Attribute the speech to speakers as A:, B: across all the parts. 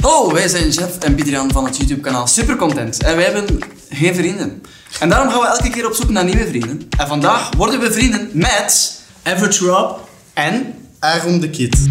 A: Hallo, Oh, wij zijn Jeff en Pietrian van het YouTube-kanaal Supercontent. En wij hebben geen vrienden. En daarom gaan we elke keer op zoek naar nieuwe vrienden. En vandaag worden we vrienden met... Average Rob en...
B: Aaron de Kid.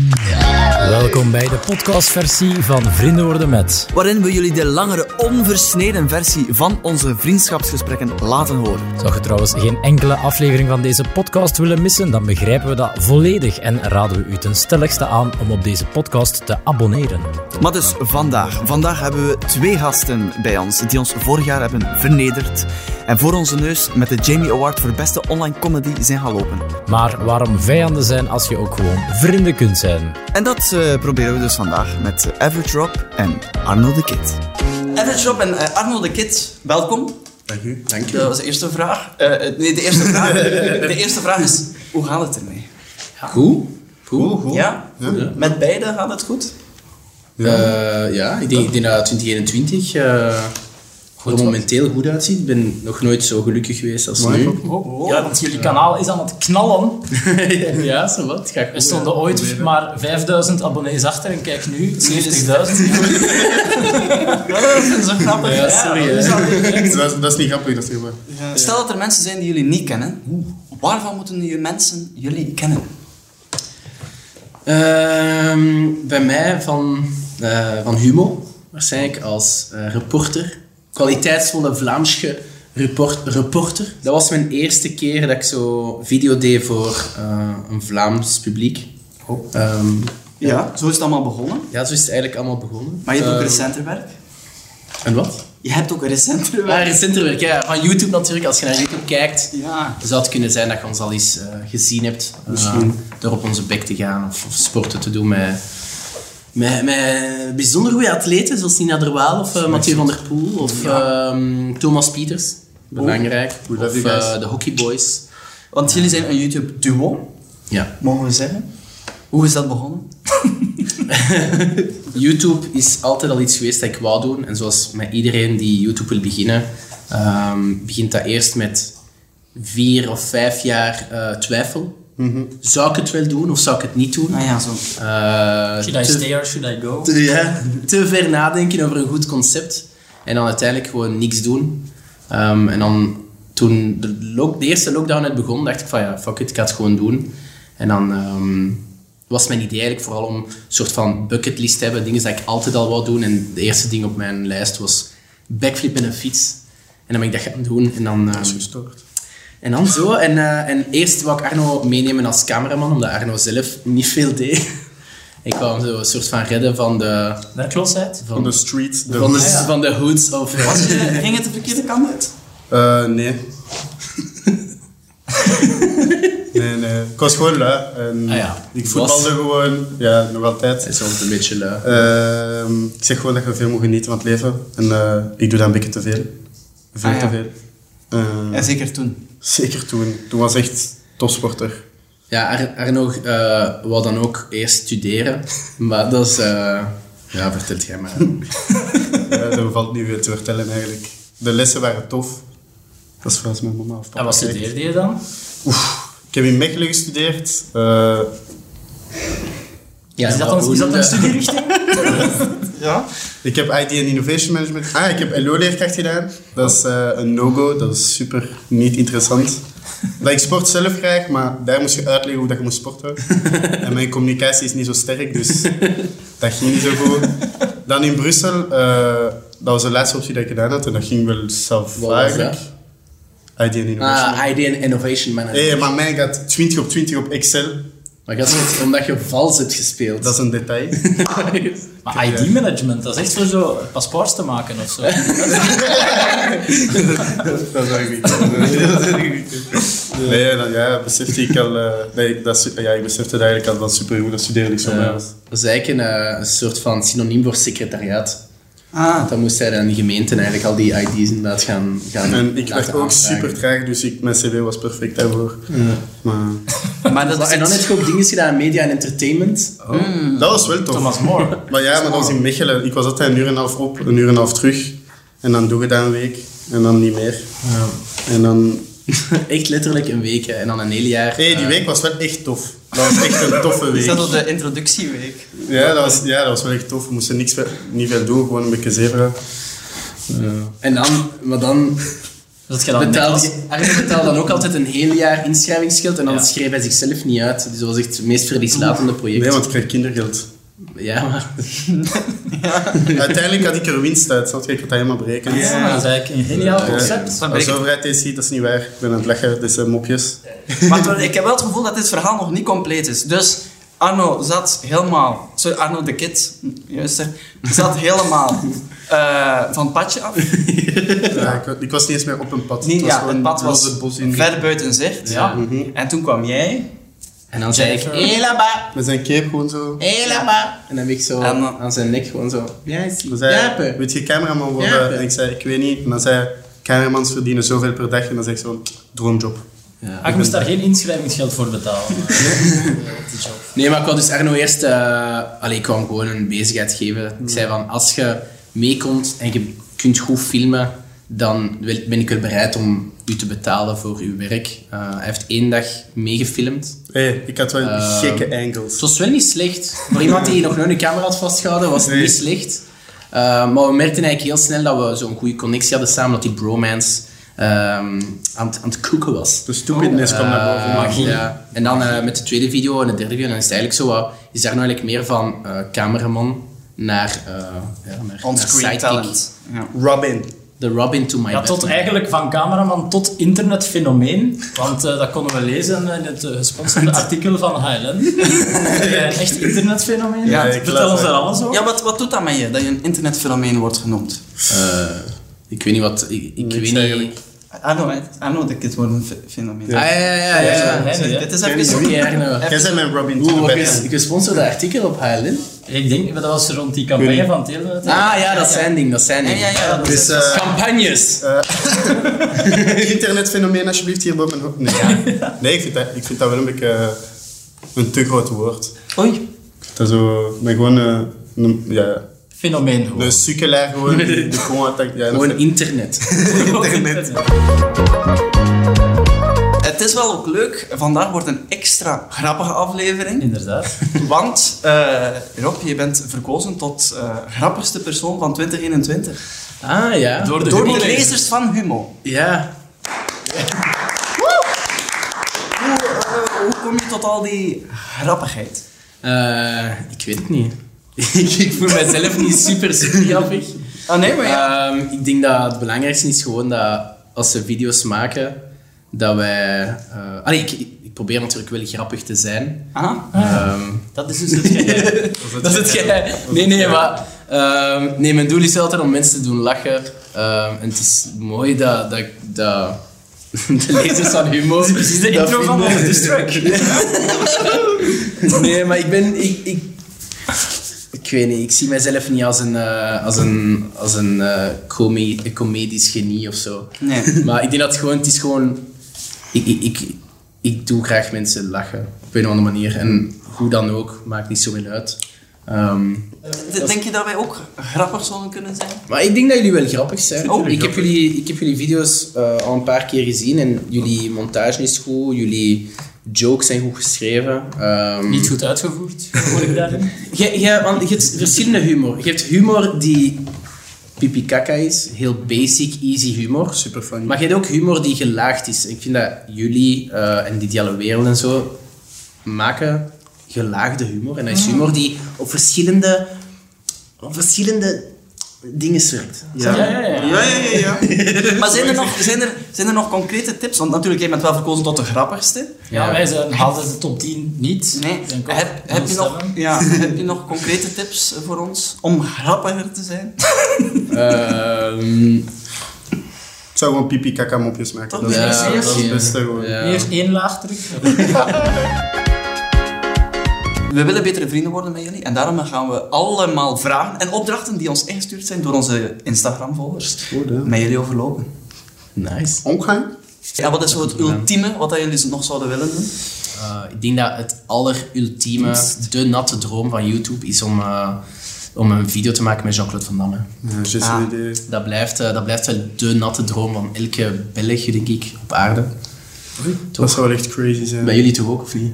C: Welkom bij de podcastversie van Vrienden worden met.
A: Waarin we jullie de langere, onversneden versie van onze vriendschapsgesprekken laten horen.
C: Zou je trouwens geen enkele aflevering van deze podcast willen missen, dan begrijpen we dat volledig en raden we u ten stelligste aan om op deze podcast te abonneren.
A: Maar dus vandaag. Vandaag hebben we twee gasten bij ons die ons vorig jaar hebben vernederd. En voor onze neus met de Jamie Award voor beste online comedy zijn gaan lopen.
C: Maar waarom vijanden zijn als je ook gewoon vrienden kunt zijn?
A: En dat eh, proberen we dus vandaag met eh, Average Rob en Arno de Kid. Average Rob en Arno de Kid, welkom.
B: Dank u. Dank
A: Dat was de eerste vraag. Eh, eh, nee, de eerste vraag. De eerste vraag is, hoe gaat het ermee?
D: Goed.
B: Cool, cool.
A: Ja?
D: Ja.
A: Met beide gaat het goed?
D: Eh, ja, ik denk, ik denk dat 2021 eh, er momenteel goed uitziet. Ik ben nog nooit zo gelukkig geweest als
B: Maar ik
D: nu.
B: ook niet.
E: Ja, want jullie kanaal is aan het knallen.
D: ja, zo wat. Ga goed,
E: Er stonden
D: hè.
E: ooit
D: Proberen.
E: maar 5000 abonnees achter en kijk nu 70.000. dat is zo grappig.
D: Ja, sorry. hè.
B: Dat, is, dat is niet grappig, dat is niet waar.
A: Stel dat er mensen zijn die jullie niet kennen. Waarvan moeten die mensen jullie kennen?
D: Ehm, bij mij van, eh, van Humo, waarschijnlijk als eh, reporter. Kwaliteitsvolle Vlaamsche report, reporter. Dat was mijn eerste keer dat ik zo video deed voor eh, een Vlaams publiek.
A: Oh.
D: Ehm,
A: Ja. Zo is het allemaal begonnen.
D: ja, zo is het eigenlijk allemaal begonnen.
A: Maar je hebt ook
B: Eh,
D: Ehm,
A: recenter werk.
D: En wat?
A: Je hebt ook recenter
D: Maar
A: werk.
D: recenter werk, ja. Van YouTube natuurlijk. Als je naar YouTube kijkt,
A: Ja.
D: zou het kunnen zijn dat je ons al eens eh, gezien hebt. eh, door op onze bek te gaan of, of sporten te doen met, met, met bijzonder goede atleten. Zoals Nina Derwaal of eh, Mathieu van der Poel of ehm, Thomas Pieters. Belangrijk.
B: love
D: of
B: you guys.
D: eh, de Hockey Boys.
A: Want jullie zijn een YouTube-duo,
D: Ja.
A: mogen we zeggen. Hoe is dat begonnen?
D: YouTube is altijd al iets geweest dat ik wou doen. En zoals met iedereen die YouTube wil beginnen, ehm, begint dat eerst met vier of vijf jaar eh, twijfel. Zou ik het wel doen of zou ik het niet doen?
A: Nou ja, zo.
D: Eh,
E: Should I
D: te,
E: stay or should I go?
D: te- ja, te ver nadenken over een goed concept en dan uiteindelijk gewoon niks doen. Ehm, en dan toen de, lock- de eerste lockdown net begon, dacht ik van ja, fuck it, ik ga het gewoon doen. En dan ehm, was mijn idee eigenlijk vooral om een soort van bucketlist te hebben, dingen die ik altijd al wou doen. En de eerste ding op mijn lijst was backflip met een fiets. En dan ben ik dat gaan doen en dan... ehm,
B: Gestort.
D: en dan zo. En, eh, en eerst wou ik Arno meenemen als cameraman, omdat Arno zelf niet veel deed. Ik wou hem zo een soort van redden van de...
E: Werkloosheid?
B: Van de
D: Van,
B: street. De
D: van de,
B: hood.
D: van de hoods of...
A: Was je, ging het de verkeerde kant uit?
B: Eh, nee. nee, nee. Ik was gewoon lui. En
D: Ah, ja.
B: Ik voetbalde
D: Was.
B: gewoon. Ja, nog altijd.
D: Hij is altijd een beetje lui.
B: Ehm, ik zeg gewoon dat je veel moet genieten van het leven. En eh, ik doe dat een beetje te veel. Veel
A: Ah, ja.
B: te veel. Eh,
A: Ja, zeker toen.
B: Zeker toen. Toen was echt topsporter.
D: Ja, Ar- Arno eh wou dan ook eerst studeren. Maar dat is... eh, ja, vertelt jij maar.
B: Ja, daar valt niet veel te vertellen eigenlijk. De lessen waren tof. Dat is volgens mijn mama of papa.
D: Ah,
E: En wat
B: zegt.
E: studeerde je dan?
B: Oef, ik heb in Mechelen gestudeerd. Eh,
D: Ja,
E: Is dat
D: maar
E: dan, is dat
D: hoe-
E: dan studierichting?
B: ja. Ik heb IT en Innovation Management. Ah, ik heb LO-leerkracht gedaan. Dat is eh, een no-go. Dat is super niet interessant. Dat ik sport zelf krijg, maar daar moest je uitleggen hoe dat je moest sporten. En mijn communicatie is niet zo sterk, dus dat ging niet zo goed. Dan in Brussel, eh, dat was de laatste optie dat ik gedaan had. En dat ging wel zelf
D: Wat was
B: eigenlijk. IT en Innovation
D: Ah, ID en Innovation Manager.
B: Hé, maar mij gaat 20 op 20 op Excel.
D: Maar dat is goed, omdat je vals hebt gespeeld. Eh,
B: Dat is een detail.
E: Maar ID-management, dat is echt voor zo paspoorts te maken of zo. Dus
B: dat zou ik niet Nee, dan, ja, besefte ik al... eh, nee, dat, is- ja, ik besefte dat eigenlijk al dat supergoed. Dat studeerde ik zo
D: Ja,
B: maar
D: dat is eigenlijk een, eh, een soort van synoniem voor secretariaat.
A: Ah,
D: Dan moest hij aan die gemeenten eigenlijk al die ID's inderdaad gaan, gaan
B: En ik werd
D: laten
B: ook
D: aanvragen.
B: super traag, dus ik, mijn cv was perfect daarvoor. Maar,
F: Mm.
A: maar dat is
D: En dan
A: iets-
D: heb je ook dingen gedaan in media en entertainment.
B: Dat was wel tof.
E: Thomas More.
B: Maar ja, maar dat was in Mechelen. Ik was altijd een uur en een half op, een uur en een half terug. En dan doe je dat een week. En dan niet meer. En dan
D: echt letterlijk een week hè. en dan een heel jaar.
B: Hé, die
D: eh,
B: week was wel echt tof. Dat was echt een toffe
F: Is dat
B: week.
F: al de introductieweek?
B: Ja, dat was, ja, dat was wel echt tof. We moesten niks, ve- niet veel doen, gewoon een beetje zeveren.
D: En dan, maar dan
E: Dat je dan
D: betaalt,
E: net-
D: Arno betaalt dan ook altijd een heel jaar inschrijvingsgeld en dan
E: Ja.
D: schreef hij zichzelf niet uit. Dus dat was echt het meest verlieslatende project.
B: Nee, want ik kreeg kindergeld.
D: Ja, maar
B: Uiteindelijk had ik er winst uit, zodat ik had dat helemaal berekend. Eh,
E: Ja, dat is eigenlijk een geniaal concept.
F: Dan ben
B: Als
F: ik-
B: de overheid dit ziet, dat is niet waar. Ik ben aan het lachen, dit zijn mopjes.
A: Maar toen- ik heb wel het gevoel dat dit verhaal nog niet compleet is. Dus Arno zat helemaal... Sorry, Arno de Kid, juist hè, Zat helemaal eh, van het padje af.
B: Ja, ik, wa- ik was niet eens meer op een pad.
A: Nee,
B: was
A: ja,
B: gewoon
A: het pad was
B: losse bos in.
A: ver buiten zicht.
E: Ja.
A: En toen kwam jij.
D: En dan zei ik, hé laba,
B: Met zijn cape gewoon zo.
D: hé laba. En dan heb ik zo
A: En dan-
D: aan zijn nek gewoon zo, ja, is
B: Dan zei hij,
D: Japen.
B: weet je cameraman worden?
D: Japen.
B: En ik zei, ik weet niet. En dan zei hij, cameramans verdienen zoveel per dag. En dan zeg ik zo'n droomjob.
E: Ah, je moest daar geen inschrijvingsgeld voor betalen. Die job.
D: Nee, maar ik wou dus Arno eerst... eh allee, ik kwam gewoon een bezigheid geven. Ik zei van, als je meekomt en je kunt goed filmen, dan wil- ben ik er bereid om u te betalen voor uw werk. Eh, hij heeft één dag meegefilmd.
B: Hé, ik had wel
A: Eh,
D: Ehm,
B: gekke
D: Het
B: angles.
D: was wel niet slecht. Voor iemand die nog nooit een camera had vastgehouden, was het
B: Nee.
D: niet slecht. Eh, maar we merkten eigenlijk heel snel dat we zo'n goede connectie hadden samen, dat die bromance ehm, aan, het- aan het koeken was.
B: De
A: Oh,
B: stupidness kwam naar boven.
D: Eh, ja. En dan eh, met de tweede video en de derde video, dan is het eigenlijk zo wat, is daar nou eigenlijk meer van eh, cameraman naar, eh ja, naar, naar
A: On-screen
D: sidekick.
A: talent. Ja.
B: Robin.
D: The Robin to my
E: Ja, tot
D: Batman.
E: eigenlijk van cameraman tot internetfenomeen. Want eh, dat konden we lezen in het eh, gesponsorde artikel van HLN. Eh, Echt internetfenomeen.
A: Ja,
B: ik
E: Vertel
B: las
E: ons
B: dat.
E: daar alles over.
A: Ja, wat, wat doet dat met je, dat je een internetfenomeen wordt genoemd?
D: Eh, ik weet niet wat, ik, ik
B: Niks
D: weet niet.
B: eigenlijk.
A: Arno, hè. Arno de Kid wordt een fe- fenomeen. dus
D: Ah, ja, ja, ja. ja, ja.
E: Nee,
A: Dit
E: nee, nee.
A: is
B: Ken
A: even...
B: je
D: Oké, Arno.
B: Jij bent mijn Robin. to
D: Oeh,
B: the
D: wat
B: Batman.
D: is gesponsorde artikel op HLN?
E: Ik denk, dat was rond die campagne van Telenet.
D: Ah ja, dat zijn ding, dat zijn
A: Ja,
D: ding.
A: ja, ja. Dat
B: Dus
A: is,
B: eh,
D: Campagnes!
B: internetfenomeen alsjeblieft hier boven mijn hoofd. Nee, ja. nee ik, vind dat, ik vind dat wel een beetje eh, een te groot woord.
A: Oei.
B: Dat is zo, ik ben gewoon eh, een, ja,
E: Fenomeen gewoon.
B: een sukkelaar gewoon. die- die gewoon wat ik- ja, dat
D: Gewoon
B: vind ik-
D: internet.
B: internet.
A: Het is wel ook leuk. Vandaag wordt een extra grappige aflevering.
E: Inderdaad.
A: Want eh, Rob, je bent verkozen tot eh, grappigste persoon van 2021.
D: Ah ja.
E: Door de
A: Door de
E: humor.
A: lezers van Humo.
D: Ja.
A: Hoe, eh, hoe kom je tot al die grappigheid?
D: Eh, ik weet het niet. ik, ik voel mezelf niet super super grappig.
A: Ah nee, maar ja.
D: Ehm, ik denk dat het belangrijkste is gewoon dat als ze video's maken, dat wij... eh, allee, ik, ik probeer natuurlijk wel grappig te zijn.
A: Aha.
D: Ehm,
E: Dat is dus het geheim.
D: dat is het geheim. Nee, nee, maar... ehm, nee, mijn doel is altijd om mensen te doen lachen. Ehm, en het is mooi dat... dat, dat de lezers van humor... Dat is
E: de intro van onze diss-track.
D: Nee, maar ik ben... Ik, ik, ik weet niet, ik zie mijzelf niet als een, eh, als een, als een eh, come- een comedisch genie of zo.
A: Nee.
D: Maar ik denk dat het gewoon, het is gewoon, ik, ik, ik, ik doe graag mensen lachen op een of andere manier. En hoe dan ook, maakt niet zoveel uit. Ehm,
A: D- Denk je dat wij ook grappig zouden kunnen zijn?
D: maar ik denk dat jullie wel grappig zijn.
A: Oh,
D: ik, heb jullie, ik heb jullie video's eh, al een paar keer gezien en jullie montage is goed, jullie jokes zijn goed geschreven. Ehm,
E: Niet goed uitgevoerd, hoor ik daarin.
D: Jij, jij- want je hebt verschillende humor. Je hebt humor die pipi kaka is, heel basic, easy humor.
B: Super funny.
D: Maar je hebt ook humor die gelaagd is. En ik vind dat jullie eh, en die Diallo Wereld en zo maken gelaagde humor. En dat is humor die op verschillende, op verschillende dingen werkt.
E: Ja, ja, ja.
B: Ja, ja, ja. ja.
A: Maar zijn er, nog, zijn, er, zijn er nog concrete tips? Want natuurlijk, jij bent wel verkozen tot de grappigste.
E: Ja, wij zijn, haalden de top 10 niet.
A: Nee.
E: Zijn kop-
A: Heb, heb, je
E: nul
A: nog,
E: stemmen.
A: ja, heb je nog concrete tips voor ons om grappiger te zijn?
D: Ehm,
B: Ik zou gewoon pipi kaka mopjes maken.
A: Toch?
B: Dat is,
A: Ja,
B: best- dat is
D: oké.
B: het beste gewoon.
D: Ja.
E: Eerst één laag terug.
A: We willen betere vrienden worden met jullie en daarom gaan we allemaal vragen en opdrachten die ons ingestuurd zijn door onze Instagram-volgers
B: Goed, hè?
A: met jullie overlopen.
D: Nice.
B: Omgaan?
A: Ja, wat is zo het ultieme wat dat jullie nog zouden willen doen?
D: Eh, ik denk dat het allerultieme, de natte droom van YouTube is om eh, om een video te maken met Jean-Claude Van Damme.
B: Ja, just
A: Ah.
B: een idee.
D: Dat blijft, eh, dat blijft wel de natte droom van elke Belg, denk ik, op aarde.
B: Dat zou wel echt crazy zijn.
D: Bij jullie toch ook, of niet?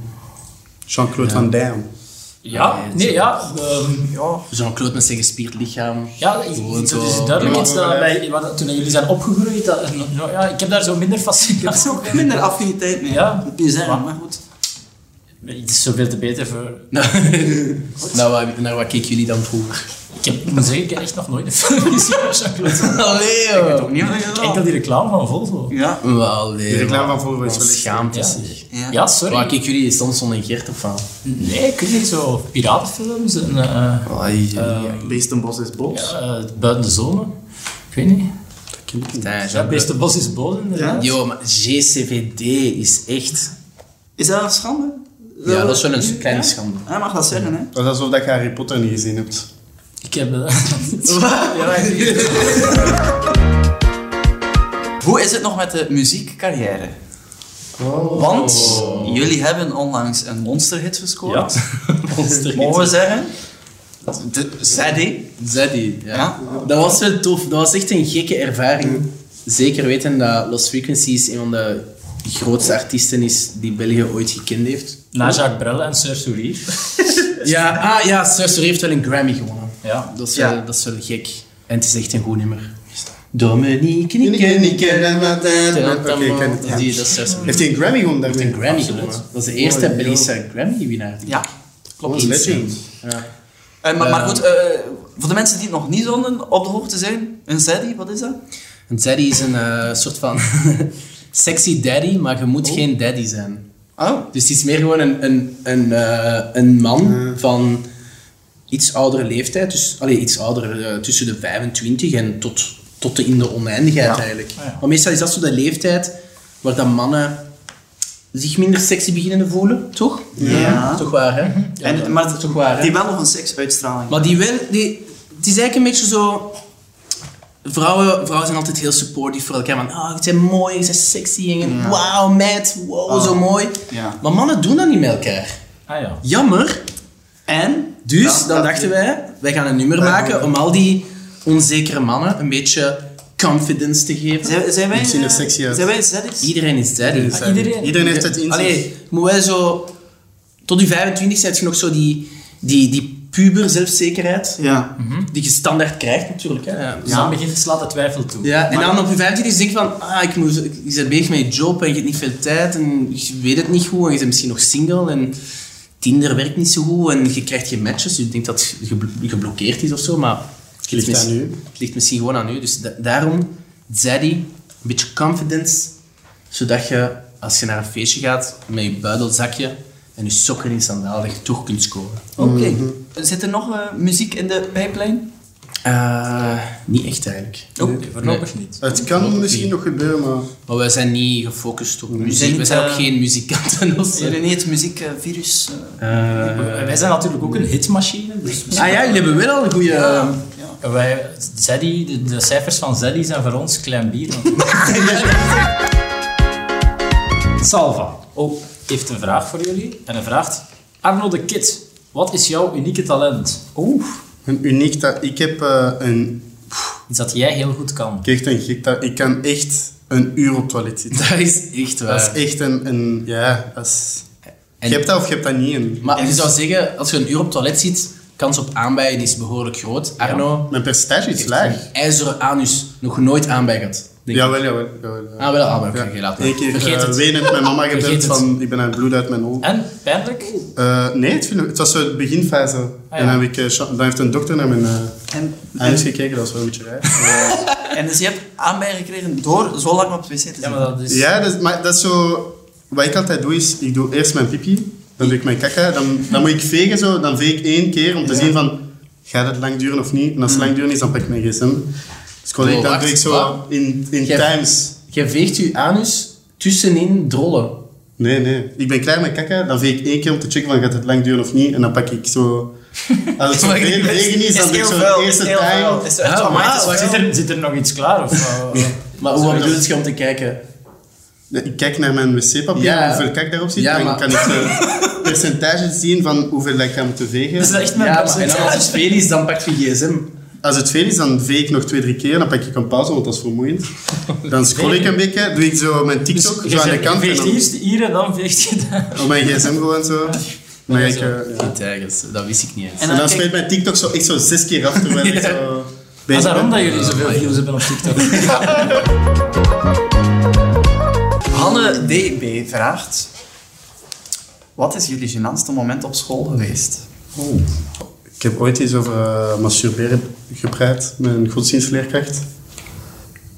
B: Jean-Claude Van Damme.
E: Ja,
D: Nee,
E: nee,
D: zo.
E: ja. ehm, ja.
D: Jean-Claude met zijn gespierd lichaam.
E: Ja, i-
D: Gewoon
E: dat
D: zo.
E: is duidelijk
B: Ja,
E: iets dat
B: maar-
E: bij, wat- toen jullie zijn opgegroeid, dat, nou ja, ik heb daar zo minder fascinatie op.
A: Minder affiniteit mee.
E: Ja.
A: Moet je zeggen,
E: Maar-
A: maar goed.
E: Het is zoveel te beter voor...
D: Nou, naar, wat, naar wat keken jullie dan vroeger?
E: Ik, heb, ik moet zeggen, ik heb echt nog nooit een film gezien van Jean-Claude Van Damme.
D: Allee,
A: Ik weet ook niet wat je gedaan.
E: Enkel die reclame van Volvo.
A: Ja.
D: Allee,
B: De reclame
D: man.
B: van Volvo is
D: Wat
B: wel echt-
D: schaamte,
E: Ja.
D: zeg.
A: Ja.
E: Ja,
D: Waar
E: sorry.
D: keken jullie Samson en Gert of aan?
E: Nee, ik weet niet, zo piratenfilms en eh,
B: Beest en Bos is Bos.
E: ja, eh, Buiten de Zone. Ik weet niet.
D: Tijn,
E: Ja, Beeste Bos is boos inderdaad.
D: Yo, maar GCVD is echt...
A: Is dat een schande?
D: Ja, dat is wel een kleine schande.
A: Hij mag dat zeggen, hè.
B: Dat is alsof dat je Harry Potter niet gezien hebt.
E: Ik heb... eh,
A: Hoe is het nog met de muziekcarrière?
D: Oh.
A: Want jullie hebben onlangs een monsterhit gescoord. Mogen we zeggen? De ZD.
D: Zeddy, ja.
A: Ja?
D: Dat was wel tof. Dat was echt een gekke
B: Mm.
D: ervaring. Zeker weten dat Lost Frequencies een van de grootste artiesten is die België ooit gekend heeft.
E: Na Jacques Brel en Sir Soulier.
D: Ja, ah, ja, Surser heeft wel een Grammy gewonnen.
E: Ja.
D: Dat is, wel,
A: Ja.
D: dat is wel gek. En het is echt een goed nummer. Dominique,
B: Ik
D: Nikke,
B: ken niet
D: Nikke.
B: kennen, maar dan- Oké, ik ken het.
D: Dat
B: ja.
D: is Surser.
B: Heeft hij een Grammy gewonnen daarmee?
D: Een Grammy gewonnen. Dat is de eerste
B: Mooi, joh.
D: Belgische Grammy-winnaar.
A: Ja.
B: Klopt. Legend.
A: Eh, maar, maar
D: Eh.
A: goed, eh, voor de mensen die het nog niet zonden op de hoogte zijn, een ZD, wat is dat?
D: Een daddy is een eh, soort van sexy daddy, maar je moet geen daddy zijn.
A: Oh.
D: Dus het is meer gewoon een, een, een, eh, een man van iets oudere leeftijd, dus allee, iets ouder eh, tussen de 25 en tot, tot de in de oneindigheid eigenlijk. Maar meestal is dat zo de leeftijd waar dan mannen zich minder sexy beginnen te voelen, toch? Ja. Toch waar, hè?
A: En-
D: Ja,
A: maar
D: dat is toch waar, hè?
A: Die wel nog een seksuitstraling.
D: Maar die wel, die, het is eigenlijk een beetje zo. Vrouwen, vrouwen zijn altijd heel supportief voor elkaar. Van, ah, ze zijn mooi, ze zijn sexy. En wauw, meid, wow, zo mooi.
A: Ja.
D: Maar mannen doen dat niet met elkaar.
E: Ah ja.
D: Jammer.
A: En?
D: Dus
A: Ja,
D: dan
A: dat-
D: dachten wij, wij gaan een nummer
B: Ja,
D: maken
B: ja.
D: om al die onzekere mannen een beetje confidence te geven.
A: Zijn, zijn wij...
B: Ik zie er
A: eh,
B: sexy uit.
A: Zijn wij ZD's?
D: Iedereen is daddy.
E: Ah, iedereen?
B: Iedereen heeft het in zich.
D: Allee, moet wij zo... Tot je 25 heb je nog zo die, die, die puber zelfzekerheid.
A: Ja.
D: Die je standaard krijgt natuurlijk. Hè. Ja.
E: Dus dan begint het slaat de twijfel toe.
D: Ja, en dan op je 25 denk je van, ah, ik, moet, ik ben bezig met je job en je hebt niet veel tijd en je weet het niet goed en je bent misschien nog single en Tinder werkt niet zo goed en je krijgt geen matches, dus je denkt dat het gebl- geblokkeerd is of zo, maar het
B: ligt
D: mis-
B: aan u.
D: Het ligt misschien gewoon aan u. Dus da- daarom, Zaddy, een beetje confidence, zodat je als je naar een feestje gaat met je buidelzakje en je sokken in sandaal, dat je toch kunt scoren.
A: Oké.
D: Mhm.
A: Zit er nog eh, muziek in de pijplijn?
D: Eh, niet echt eigenlijk.
E: Nee, voorlopig niet.
B: Het kan misschien nog gebeuren, maar...
D: Maar wij zijn niet gefocust op muziek.
A: zijn
D: we
A: niet,
D: zijn ook
A: eh,
D: geen muzikanten of zo.
A: Zijn er niet het muziekvirus? eh,
E: En Wij zijn natuurlijk ook een hitmachine. Dus
D: ah ja, jullie hebben wel een goede...
E: wij, Zeddy, de, de cijfers van Zeddy zijn voor ons klein bier. natuurlijk. Salva oh, heeft een vraag voor jullie. En hij vraagt... Arno de Kid, wat is jouw unieke talent? Oeh.
B: Een uniek dat... Ik heb eh, een...
E: Iets dat jij heel goed kan.
B: Ik heb echt een gek dat... Ik kan echt een uur op het toilet zitten.
D: dat is echt waar.
B: Dat is echt een... een ja, dat is...
D: En-
B: Je hebt dat of je hebt dat niet. En
D: Maar je zou zeggen, als je een uur op het toilet zit, kans op aanbijen is behoorlijk groot. Arno
B: Mijn percentage is laag.
D: heeft een ijzeren anus nog nooit aanbij gehad. denk ik.
B: Jawel, jawel. jawel, jawel.
D: Ah, wel, ah, wel, oké, laat maar.
B: Eén keer
D: Vergeet
B: eh,
D: het.
B: wenend mijn mama gebeld
D: Vergeet het.
B: van ik ben aan het bloed uit mijn ogen.
E: En, pijnlijk?
B: Eh, nee, het, viel- het was zo de beginfase.
D: Ah,
B: En dan, heb ik, eh, cha- dan heeft een dokter naar mijn eh
A: En,
B: anus gekeken, dat was wel een beetje raar. Maar-
A: en dus je hebt aanbij gekregen door zo lang op het wc te zitten.
E: Ja, maar dat is...
B: ja, dus, maar dat is zo... Wat ik altijd doe is, ik doe eerst mijn pipi, dan doe ik mijn kaka, dan, dan moet ik vegen zo, dan veeg ik één keer om te zien van, gaat het lang duren of niet? En als
A: Mm.
B: het lang duren is, dan pak ik mijn gsm. Dus gewoon,
D: Oh,
B: ik- dan
D: wacht,
B: doe ik zo
D: wat?
B: in, in
D: Jij-
B: times.
D: Jij veegt je anus tussenin drollen.
B: Nee, nee. Ik ben klaar met kaka, dan veeg ik één keer om te checken van gaat het lang duren of niet. En dan pak ik zo... Als het zo
D: Maar
B: veel
D: het is-
B: regen is, dan doe ik zo de eerste time.
A: Is
D: Ah,
A: echt wel
D: maar-
A: maar-
E: Zit er, zit er nog iets klaar? Of, eh,
D: Maar hoe bedoel je om te kijken?
B: Ik kijk naar mijn wc-papier,
D: Ja.
B: hoeveel kak daarop zit,
D: Ja,
B: dan
D: maar-
B: kan ik eh, percentages zien van hoeveel dat ik ga moeten vegen.
E: Is Dus dat echt mijn
D: Ja, maar en
E: percentage?
D: dan als het speel is, dan pakt je gsm.
B: Als het veel is, dan veeg ik nog twee, drie keer. Dan pak ik een pauze, want dat is vermoeiend. Dan scroll ik een beetje, doe ik zo mijn TikTok
E: Dus Je
B: zo aan de
E: zegt,
B: kant.
E: je
B: En
E: veegt
B: dan
E: eerst hier en dan veegt je daar.
B: op mijn gsm gewoon zo. Maar ik, eh, ja.
D: Niet ergens, dat wist ik niet eens.
E: En
B: En dan
E: dan
B: speelt
E: kijk,
B: mijn TikTok zo, echt zo zes keer af, terwijl ik zo
E: dat
B: bezig
E: is daarom dat
B: ben.
E: jullie zoveel views hebben op TikTok.
A: Hanne DB vraagt... Wat is jullie gênantste moment op school geweest?
B: Ik heb ooit iets over eh, masturberen gepraat met een godsdienstleerkracht.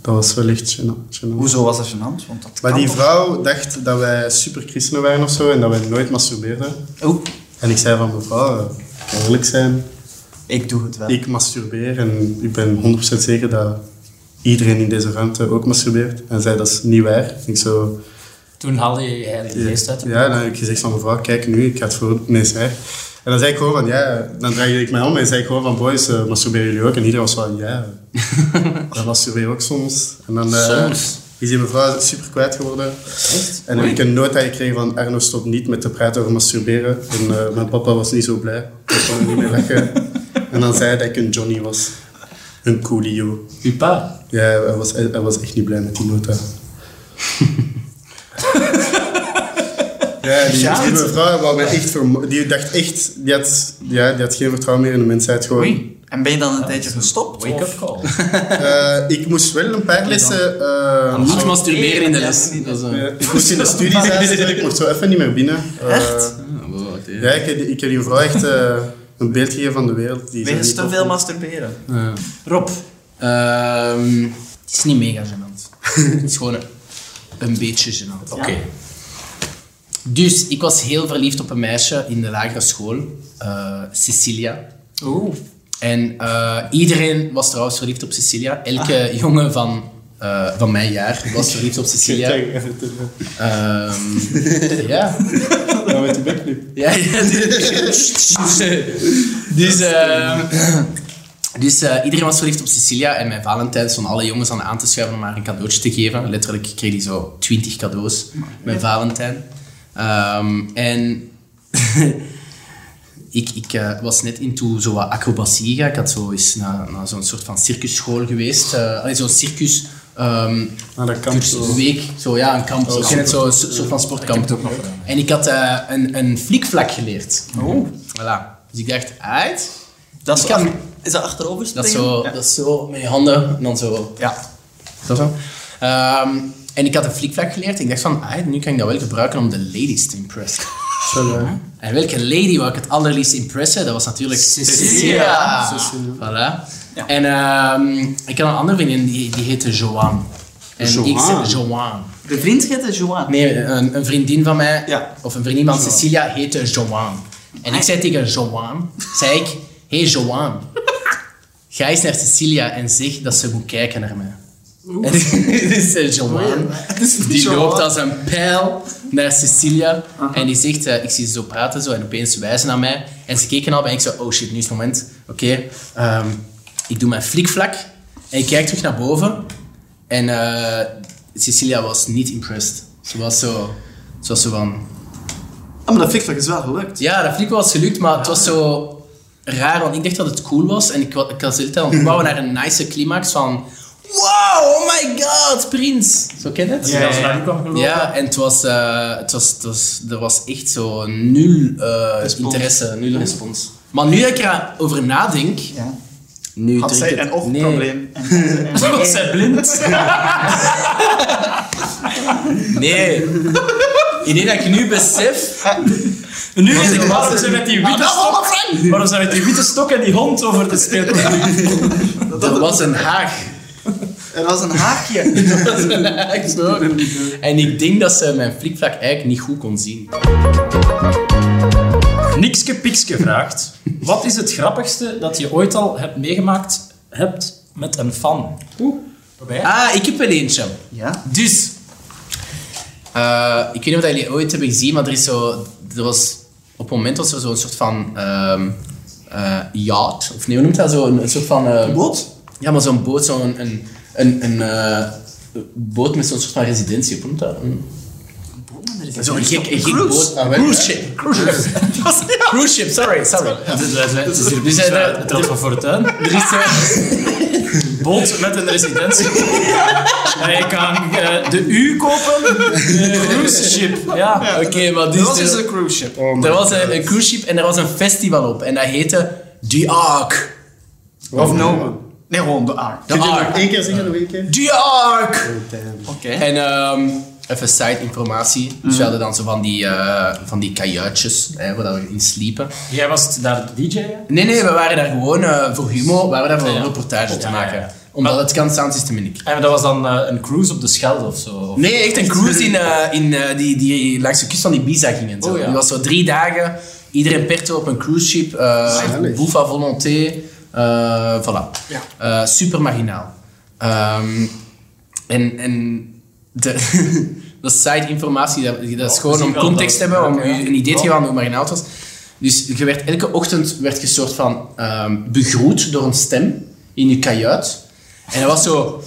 B: Dat was wel echt gênant. gênant.
A: Hoezo was dat gênant? Want dat
B: Maar
A: kan
B: die
A: toch?
B: vrouw dacht dat wij super christenen waren of zo en dat wij nooit masturbeerden.
A: Oeh,
B: En ik zei van mevrouw, eh, ik kan eerlijk zijn,
A: ik doe het wel.
B: ik masturbeer en ik ben 100% zeker dat iedereen in deze ruimte ook masturbeert. En zij, dat is niet waar. Ik zo,
E: Toen haalde je je heilige geest uit.
B: ja, dan heb ik gezegd van mevrouw, kijk nu, ik ga het voor nee, zij. En dan zei ik gewoon van ja, dan draaide ik mij om en zei ik gewoon van boys, eh, masturberen jullie ook? En iedereen was van ja, dat masturberen ook soms. En dan eh, is die mevrouw super kwijt geworden. En dan heb ik een nota gekregen van Arno stop niet met te praten over masturberen. En eh, mijn papa was niet zo blij, ik kon er niet meer lachen. En dan zei hij dat ik een Johnny was. Een coolio.
E: Uw pa.
B: Ja, hij was, hij was echt niet blij met die nota. ja, die, die mevrouw wou mij echt vermo- Die dacht echt... Die had, ja, die had geen vertrouwen meer in de mensheid. Gewoon.
A: Oei. En ben je dan een tijdje gestopt?
E: Wake
A: of-
E: up call.
B: Eh, ik moest wel een paar lessen... eh,
D: Niet masturberen in de
A: Ja,
D: les.
A: niet.
D: Dat is
B: eh,
D: een...
B: ik moest in de studie zijn, ik mocht zo even niet meer binnen. Eh,
A: Echt?
D: Ah, wow, wat, hè.
B: Ja, ik, heb die- ik heb die vrouw echt eh, een beeld gegeven van de wereld. Die ze
A: Wegens
B: niet
A: te veel
B: opvond.
A: masturberen.
E: Rob.
D: Ehm,
E: Het is niet mega gênant.
D: het is gewoon een, een beetje gênant. Oké. Dus ik was heel verliefd op een meisje in de lagere school, eh, Cecilia.
E: Oeh.
D: En eh, iedereen was trouwens verliefd op Cecilia. Elke jongen van, eh, van mijn jaar was verliefd op Cecilia. Ehm, ja.
B: Ja, met die bek nu.
D: Ja, ja. Dus, dus, ehm, dus eh, iedereen was verliefd op Cecilia en mijn Valentijn stond alle jongens aan aan te schuiven om haar een cadeautje te geven. Letterlijk kreeg hij zo 20 cadeaus, mijn Valentijn. Ehm, en ik, ik eh, was net into zo wat acrobatie gegaan. Ik had zo eens naar, naar zo'n soort van circusschool geweest. Eh, allee, zo'n circus... ehm,
B: Ah, dat kan
D: cursus
B: zo. Oh,
D: week, zo ja, een kamp. zo,
B: super.
D: ken het, zo, zo- zo van sportkamp. En ik had eh, een, een flikvlak geleerd.
B: Oh.
A: Oeh.
D: Voilà. Dus ik dacht, uit.
A: Dat is,
D: Ik kan-
A: is dat achterover
D: Dat is
A: springen?
D: zo,
A: Ja.
D: dat is zo met je handen en dan zo.
A: Ja.
D: Dat zo. Ehm, en ik had een flikvlak geleerd. Ik dacht van, uit, nu kan ik dat wel gebruiken om de ladies te impressen.
B: Zo, ja.
D: En welke lady wou ik het allerliefst impressen? Dat was natuurlijk Cecilia. Voilà.
A: Ja.
D: En ehm, ik had een andere vriendin, die, die heette Joanne. En ik
B: Joanne?
D: zei Joanne.
A: De vriend heette Joan.
D: Nee, een, een vriendin van mij,
A: Ja.
D: of een vriendin van Cecilia, heette Joanne. En ik zei tegen Joanne, zei ik, hey Joanne, ga eens naar Cecilia en zeg dat ze moet kijken naar mij. En dus eh, Joanne, die loopt als een pijl naar Cecilia en die zegt, eh, ik zie ze zo praten zo en opeens ze wijzen naar mij. En ze keken al en ik zei, oh shit, nu is het moment. Oké, ehm, ik doe mijn flikvlak en ik kijk terug naar boven en eh, Cecilia was niet impressed. Ze was zo, ze was zo van,
A: Ah, maar dat flikvlak is wel gelukt.
D: ja, dat flik was gelukt, maar het was zo raar, want ik dacht dat het cool was. En ik, wa- ik was de hele tijd aan het bouwen naar een nice climax van... Wow, oh my god, prins! Zo ken je het?
E: Ja,
A: ja,
E: als je
A: ja.
E: naar u kwam gelopen.
D: Ja, en het was, eh, het was, het was, er was echt zo nul eh, interesse, nul respons. Maar nu dat ik erover nadenk...
A: Ja.
D: Nu
A: Had
D: drinkt
A: zij
D: het-
A: een
D: Nee.
A: oogprobleem? En-
E: Was hij blind?
D: Nee. Ik denk dat ik nu besef... Ah,
E: Nu is ik Ah, waarom zijn met die witte stok.
D: Frank!
E: Waarom zijn met die witte stok en die hond over de speelplein?
D: Dat was een haag.
A: Er was een haakje.
D: Dat is een ijshoorn. En ik denk dat ze mijn flikvlak eigenlijk niet goed kon zien.
E: Nikske Pikske vraagt: Wat is het grappigste dat je ooit al hebt meegemaakt hebt met een fan? Oeh.
D: Ah, ik heb er eentje.
A: Ja.
D: Dus, eh, ik weet niet of dat jullie ooit hebben gezien, maar er is zo, er was, op het moment was er zo'n soort van ehm eh, yacht, of nee, hoe noemt dat zo? Een, een soort van... eh,
A: Boot?
D: Ja, maar zo'n boot, zo'n een, een, een, eh, boot met zo'n soort van residentie. Hoe noemt dat? Een- Zo'n gek, een gek
B: Cruise.
D: boot.
B: Ah, wel,
D: cruise
B: ja.
D: ship. Cruise ship. Cruise ship, sorry, sorry.
E: Het is hier
D: Dus,
E: precies
D: eh,
E: waar
D: de-
E: het Rad van Fortuin. Er is
D: eh,
E: een boot met een residentie. En je kan eh, de U kopen, de cruise ship. Ja.
D: Oké, maar dit
A: Dat
D: is
A: Dus is
D: de-
A: een cruise ship.
B: Oh,
D: Er was een, een cruise ship en er was een festival op. En dat heette The Ark.
B: Oh.
A: Of no. Nee, gewoon de aard.
D: De
B: je
D: Ark.
B: nog één keer zeggen, nog één keer?
D: The Ark!
A: Oké.
D: En ehm, even side informatie. Dus we hadden dan zo van die, eh, van die kajuitjes hè, waar dat we in sliepen.
E: Jij was daar de DJ? hè?
D: Nee, nee, we waren daar gewoon eh, voor Humo, we waren daar voor een
E: Ja.
D: reportage te
E: Ja,
D: maken.
E: ja, ja.
D: Omdat het kan sound system in ik.
E: En dat was dan eh, een cruise op de Schelde of zo? of-
D: Nee, echt een cruise in, eh, in eh, die, die langs de kust van Ibiza ging en zo.
E: Oh, ja.
D: Die was zo drie dagen, iedereen perto op een cruise ship, eh
B: Zalig.
D: boef à volonté, eh, voilà. Eh, super marginaal. Ehm, en en de, dat is side informatie, dat, dat is
E: we
D: gewoon
E: zien
D: om
E: wel
D: context te
E: Oh, dat-
D: hebben, om
E: oké, ja.
D: u een idee te
E: Ja.
D: geven aan hoe marginaal het was. Dus je werd, elke ochtend werd je soort van ehm, begroet door een stem in je kajuit. En dat was zo...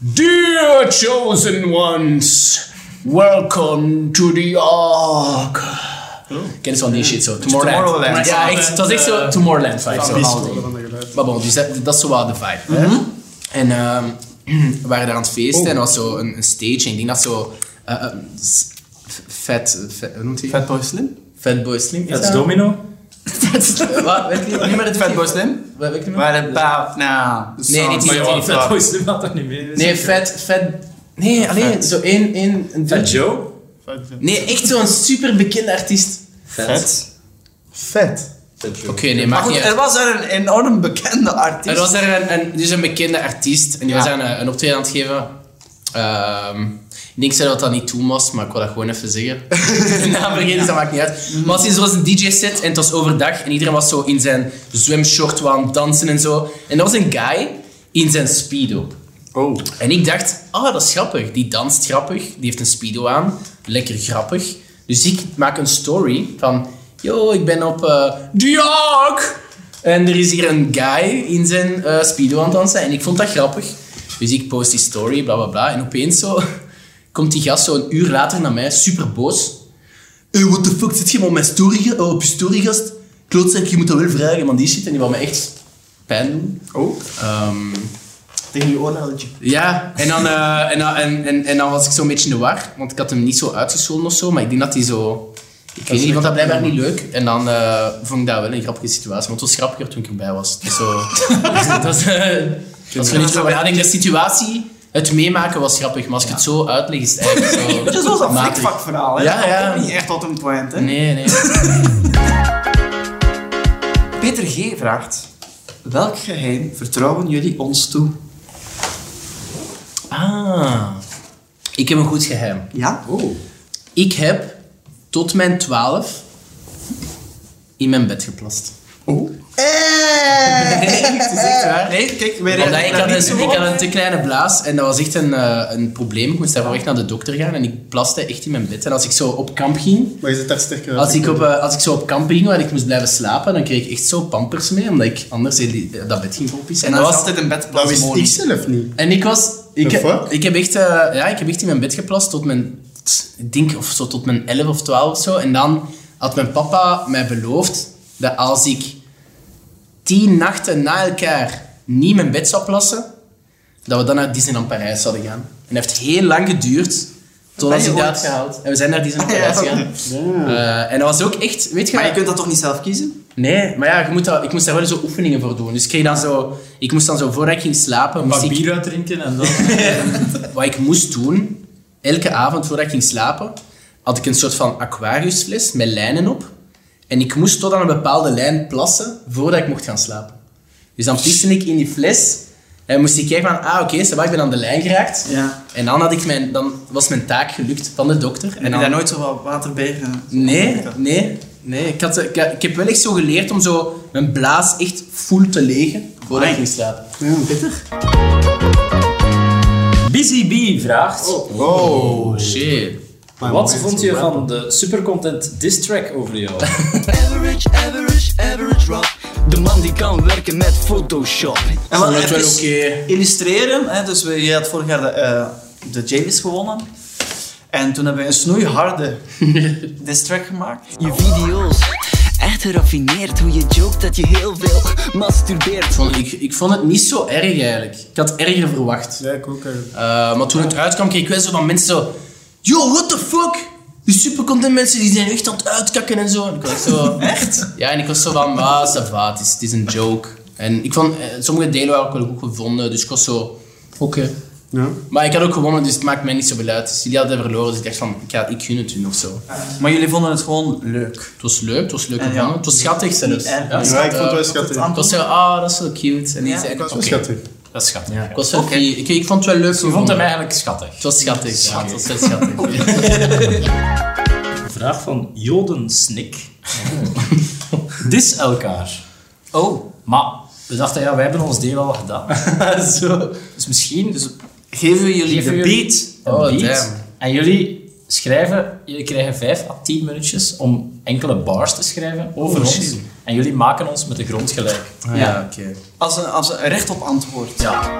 D: Dear chosen ones, welcome to the Ark. Ken je van die shit zo? Tomorrowland.
A: Tomorrowland.
D: Ja, echt, het was echt zo
E: Eh,
D: Tomorrowland vibe.
E: van
D: zo.
E: Disney.
D: Maar bon, dus dat, dat is zo wel de vibe. hè. En ehm, we waren daar aan het feesten en er was zo een, een stage. En ik denk dat zo... eh, eh, s- vet, vet... Hoe noemt hij?
A: Fatboy Slim?
D: Fatboy Slim.
E: Dat is domino.
D: Wat? Welk nummer? het
A: Fatboy Slim?
D: Welk nummer?
A: What about now?
D: Nee, niet die.
E: Maar
D: niet
E: ja,
D: die.
E: Fat Boy Slim had toch niet mee?
D: Nee, vet, vet. Nee, alleen zo één, één. een
E: Fat
D: ding.
E: Joe?
D: Nee, echt zo'n super bekende artiest.
A: Vet.
B: Vet.
D: Oké, nee,
A: Maar
D: maakt
A: goed,
D: niet
A: er
D: uit.
A: was daar een enorm bekende artiest.
D: Er was daar een, een, dus een bekende artiest en die was daar een, een optreden aan het geven. Ehm, ik denk zelf dat dat niet toen was, maar ik wil dat gewoon even zeggen. De naam vergeten, dus dat maakt niet uit. Maar sinds er was een DJ-set en het was overdag en iedereen was zo in zijn zwemshort wel aan het dansen en zo. En er was een guy in zijn speedo.
B: Oh.
D: En ik dacht, ah, dat is grappig. Die danst grappig, die heeft een speedo aan, lekker grappig. Dus ik maak een story van, yo, ik ben op eh The Ark. En er is hier een guy in zijn eh, speedo aan het dansen en ik vond dat grappig. Dus ik post die story, bla bla bla. En opeens zo komt die gast zo een uur later naar mij, super boos. Hey, what the fuck, zit je maar op, mijn story, ge- eh, op je story, gast? Klootzak, je moet dat wel vragen, man, die shit. En die wou me echt pijn doen.
B: Oh.
D: Ehm,
B: Tegen je oren had je.
D: ja, en dan, eh, en, dan- en, en, en dan was ik zo'n beetje in de war, want ik had hem niet zo uitgescholden of zo, maar ik denk dat hij zo. Ik weet niet, ik vond dat blijkbaar niet leuk. En dan eh, vond ik dat wel een grappige situatie, want het was grappiger toen ik erbij was. Dus zo, dat is, eh, als je er niet over nadenkt, de situatie, het meemaken was grappig, maar als ik het zo uitleg, is het eigenlijk zo.
A: Het is wel zo'n
D: matig.
A: flikvakverhaal, hè?
D: Ja,
A: Dat
D: ja.
A: komt niet echt tot een point, hè?
D: Nee, nee.
A: Peter G. vraagt... Welk geheim vertrouwen jullie ons toe?
D: Ah, ik heb een goed geheim.
A: Ja?
B: Oh.
D: Ik heb tot mijn 12 in mijn bed geplast. Oh? Nee, het is echt waar.
A: Nee, kijk, wij
D: Omdat ik, had
A: daar
D: een,
A: niet zo
D: ik
A: op.
D: had een te kleine blaas en dat was echt een, eh, een probleem. Ik moest daarvoor echt naar de dokter gaan en ik plaste echt in mijn bed. En als ik zo op kamp ging,
B: Maar je zit daar sterker
D: als ik, op, eh, als ik zo op kamp ging en ik moest blijven slapen, dan kreeg ik echt zo pampers mee, omdat ik anders in die- dat bed ging oppissen.
A: En
D: En
A: dat
D: dat
A: was
D: was...
A: altijd een
B: Dat
A: bedplaats
B: wist ik
A: mogelijk.
B: zelf niet.
D: En ik was... Ik,
B: The fuck?
D: ik, heb echt, eh, ja, ik heb echt in mijn bed geplast tot mijn... Ik denk of zo tot mijn 11 of 12 of zo. En dan had mijn papa mij beloofd dat als ik tien nachten na elkaar niet mijn bed zou plassen, dat we dan naar Disneyland Parijs zouden gaan. En dat heeft heel lang geduurd, totdat
A: je
D: ik dat had
A: ooit?
D: gehaald. En we zijn naar Disneyland Parijs
A: Ja.
D: gegaan. Eh, en dat was ook echt, weet je...
A: Maar je kunt dat toch niet zelf kiezen?
D: Nee, maar ja, je moet dat, ik moest daar wel zo oefeningen voor doen. Dus ik, kreeg dan zo, ik moest dan zo, voordat ik ging slapen,
E: Een
D: moest
E: pak
D: ik
E: bier uitdrinken en dan...
D: wat ik moest doen, elke avond voordat ik ging slapen, had ik een soort van aquariusfles met lijnen op. En ik moest tot aan een bepaalde lijn plassen voordat ik mocht gaan slapen. Dus dan piste ik in die fles en moest ik kijken van, ah oké, ça va, ik ben aan de lijn geraakt.
A: Ja.
D: En dan, had ik mijn, dan was mijn taak gelukt van de dokter.
A: En
D: dan,
A: heb je daar nooit zo wat water bij ge-
D: Nee, nee, nee. Ik, had, ik, ik heb wel echt zo geleerd om zo mijn blaas echt full te legen voordat ik ging slapen.
E: Busy Bee vraagt...
B: Wow.
D: Shit.
E: Wat vond je van de supercontent diss track over jou?
F: Average, average, average rock. De man die kan werken met Photoshop.
A: En wat
D: Vond het wel
A: even
D: oké.
A: illustreren, hè, dus we, jij had vorig jaar de eh, de Jamies gewonnen. En toen hebben we een snoeiharde diss track gemaakt.
F: Je video's, echt geraffineerd hoe je joke dat je heel veel masturbeert.
D: Vond ik, ik vond het niet zo erg eigenlijk. Ik had erger verwacht.
B: Ja, ik ook. eigenlijk.
D: Eh, maar toen het uitkwam, kreeg ik wel zo van mensen zo... Yo, what the fuck? Die supercontent mensen die zijn echt aan het uitkakken en zo. En ik was zo echt? Ja, en ik was zo van... Ah, ça va, het is, het is een joke. En ik vond... eh, sommige delen waren ook wel goed gevonden, dus ik was zo... Oké.
B: Ja.
D: Maar ik had ook gewonnen, dus het maakt mij niet zo veel uit. Dus jullie hadden verloren, dus ik dacht van... Ik, ga, ik gun het hun of zo.
A: Maar jullie vonden het gewoon leuk.
D: Het was leuk, het was leuk
A: En ja,
D: gevonden. het was schattig zelfs.
A: niet erg.
D: het
B: Ja, ik
D: was-
B: vond het wel
D: eh,
B: schattig.
D: Het was zo... Ah, dat is wel cute. En die
A: Ja,
D: zei...
B: Ik was wel
D: oké.
B: schattig.
E: Dat is schattig.
D: Ik, was wel fi- ik, ik vond het wel leuk
E: Ik vond
D: gevonden.
E: hem eigenlijk schattig.
D: Het was schattig, ja. Het was heel schattig.
E: Een vraag van Joden Snik. Dis elkaar.
A: Oh.
E: Maar we dachten, ja, wij hebben ons deel al gedaan. Zo. Dus misschien dus
A: Geven we jullie
E: Geven
A: de
E: jullie-
A: beat?
E: een
D: Oh,
E: beat.
D: damn.
E: En jullie schrijven, jullie krijgen 5 à 10 minuutjes om enkele bars te schrijven over
D: Oh,
E: ons.
D: shit.
E: En jullie maken ons met de grond gelijk.
D: Ja, oké.
A: Als een, als een recht op antwoord.
E: Ah, Ja.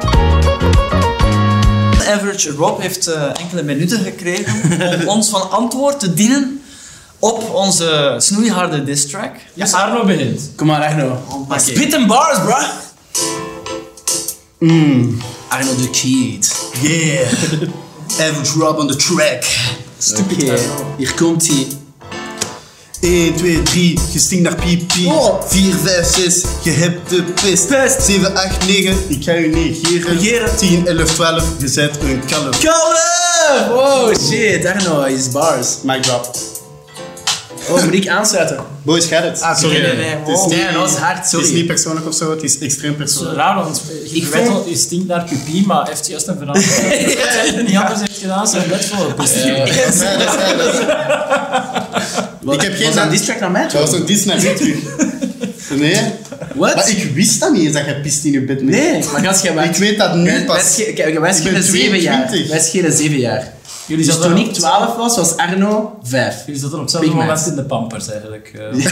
A: Average Rob heeft eh, enkele minuten gekregen om ons van antwoord te dienen op onze snoeiharde diss track.
E: Dus Arno begint.
D: Kom maar, Arno.
A: Maar
D: Oké.
A: spit en bars, bruh! Arno de Cheat.
B: Yeah. Average Rob on the track.
D: Oké, hier komt hij.
B: 1, 2, 3, gestinkt naar piep, piep.
D: Oh.
B: 4, 5, 6, je hebt de pest. 7, 8, 9, ik ga je negeren.
A: Negeren.
B: 10, 11, 12, je zet een kalf.
D: Kalm! Oh shit, Arno hij is bars.
B: Mic drop.
D: Oh, moet ik aansluiten?
B: Boys, gaat het? Ah, sorry.
A: nee, nee, nee.
B: Het is
A: Wow.
B: niet-
D: Nee, dat was hard,
B: Het is
D: sorry.
B: niet persoonlijk of zo, het is extreem persoonlijk.
E: Raar, want je
D: vind-
E: weet al, je stinkt naar pupie, maar heeft juist een verandering. Niet anders heeft gedaan, zijn net voor. Dus
D: Wat-
B: Ik heb geen
D: was dat
B: zin-
D: diss track naar mij?
B: Dat was een Disney natuurlijk. Nee? Maar
D: Wat?
B: ik wist dat niet eens dat jij pist in je bed mee.
D: Nee, maar gast, jij
B: Ik weet dat nu pas.
D: Wij
B: Ik ben
D: schelen 7 jaar.
B: 22.
D: Wij schelen 7 jaar.
E: Jullie
D: Dus
E: zaten
D: toen
E: op-
D: ik 12 was, was Arno 5.
E: Jullie zaten op hetzelfde
D: Big man.
E: moment in de pampers eigenlijk. eh.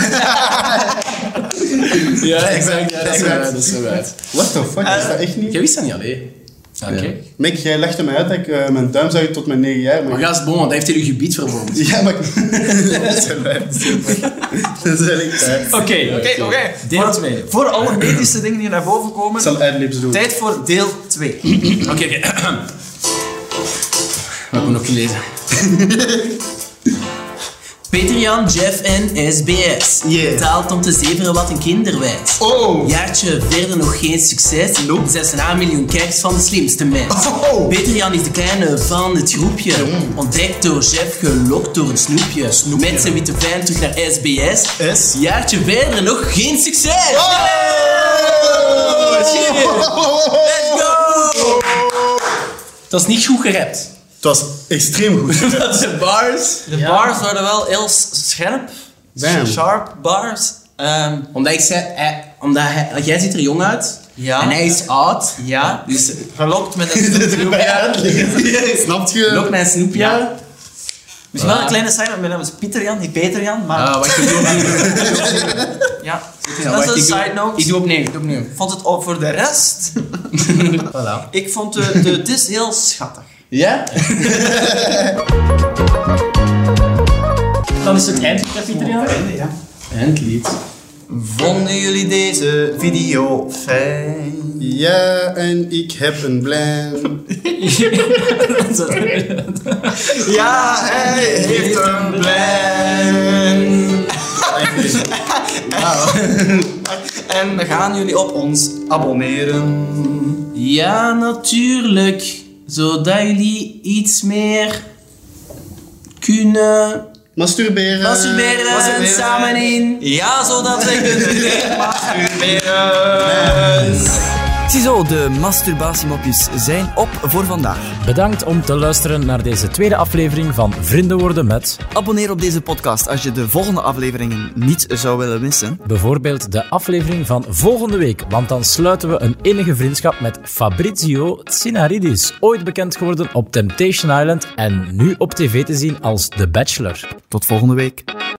E: ja,
B: exact,
E: ja,
D: Dat
E: dat
D: is wel
E: is-
D: waar, dat is wel waar.
B: What the fuck, is dat echt niet?
D: Jij wist dat niet alleen.
E: Oké.
B: Mick, jij lachte me uit dat ik eh, mijn duim zou tot mijn 9 jaar. Maar
D: Maar gast, bon, dat heeft hij je gebied vervormd.
B: Ja, maar... dat is wel waar, dat is wel waar. Dat is wel echt waar. Ik
E: Oké,
A: Oké, oké.
E: Deel
A: Voor-
E: 2.
A: Voor alle medische dingen die naar boven komen,
B: zal adlibs doen.
A: tijd voor deel 2.
D: Oké, oké. Maar ik moet ook lezen. Peter Jan, Jeff en SBS.
B: Yeah.
D: Taalt om te zeveren wat een kinderwijs.
B: Oh!
D: Jaartje verder nog geen succes. Nope. 6,5 miljoen kijkers van de slimste mens.
B: Oh.
D: Peter Jan is de kleine van het groepje. Ontdekt door Jeff, gelokt door een snoepje. Met zijn witte fijn terug naar SBS.
B: S?
D: Jaartje verder nog geen succes. Let's go! Dat is niet goed gerapt.
B: Het was extreem goed.
D: Dat zijn bars.
A: De bars waren wel heel s- scherp.
B: Damn.
A: Sharp bars. Ehm,
D: Omdat ik zei, hij- omdat hij- jij ziet er jong uit.
A: Ja.
D: En hij is oud.
A: ja,
D: Dus
A: gelokt met een
B: Dit is
A: snoepje.
B: bij adlibs. Snap
D: ook
B: je?
D: mijn snoepje.
A: Ja. Misschien wel een kleine sign, want mijn naam is Pieter Jan, niet Peter Jan, maar
D: Ah, wat ik doe.
A: ja. Dus
D: Ja,
A: dat
D: wacht,
A: is een
D: ik doe-
A: side note.
D: Ik doe opnieuw, ik doe opnieuw.
A: Ik vond het op voor de rest. Ik vond de, de dis heel schattig.
D: Ja?
E: Dan is het eindelijk, Pieter Jan.
D: Handlied.
A: Vonden jullie deze video fijn?
B: Ja, en ik heb een blend.
A: Ja, hij heeft een plan. En gaan jullie op ons abonneren?
D: Ja, natuurlijk. Zodat jullie iets meer kunnen
B: Masturberen.
D: masturberen
A: masturberen.
D: samen in.
A: Ja, zodat wij kunnen masturberen.
F: Ziezo, de masturbatiemopjes zijn op voor vandaag.
C: Bedankt om te luisteren naar deze tweede aflevering van Vrienden worden met
F: Abonneer op deze podcast als je de volgende afleveringen niet zou willen missen.
C: bijvoorbeeld de aflevering van volgende week, want dan sluiten we een innige vriendschap met Fabrizio Tsinaridis, ooit bekend geworden op Temptation Island en nu op tv te zien als The Bachelor.
F: Tot volgende week.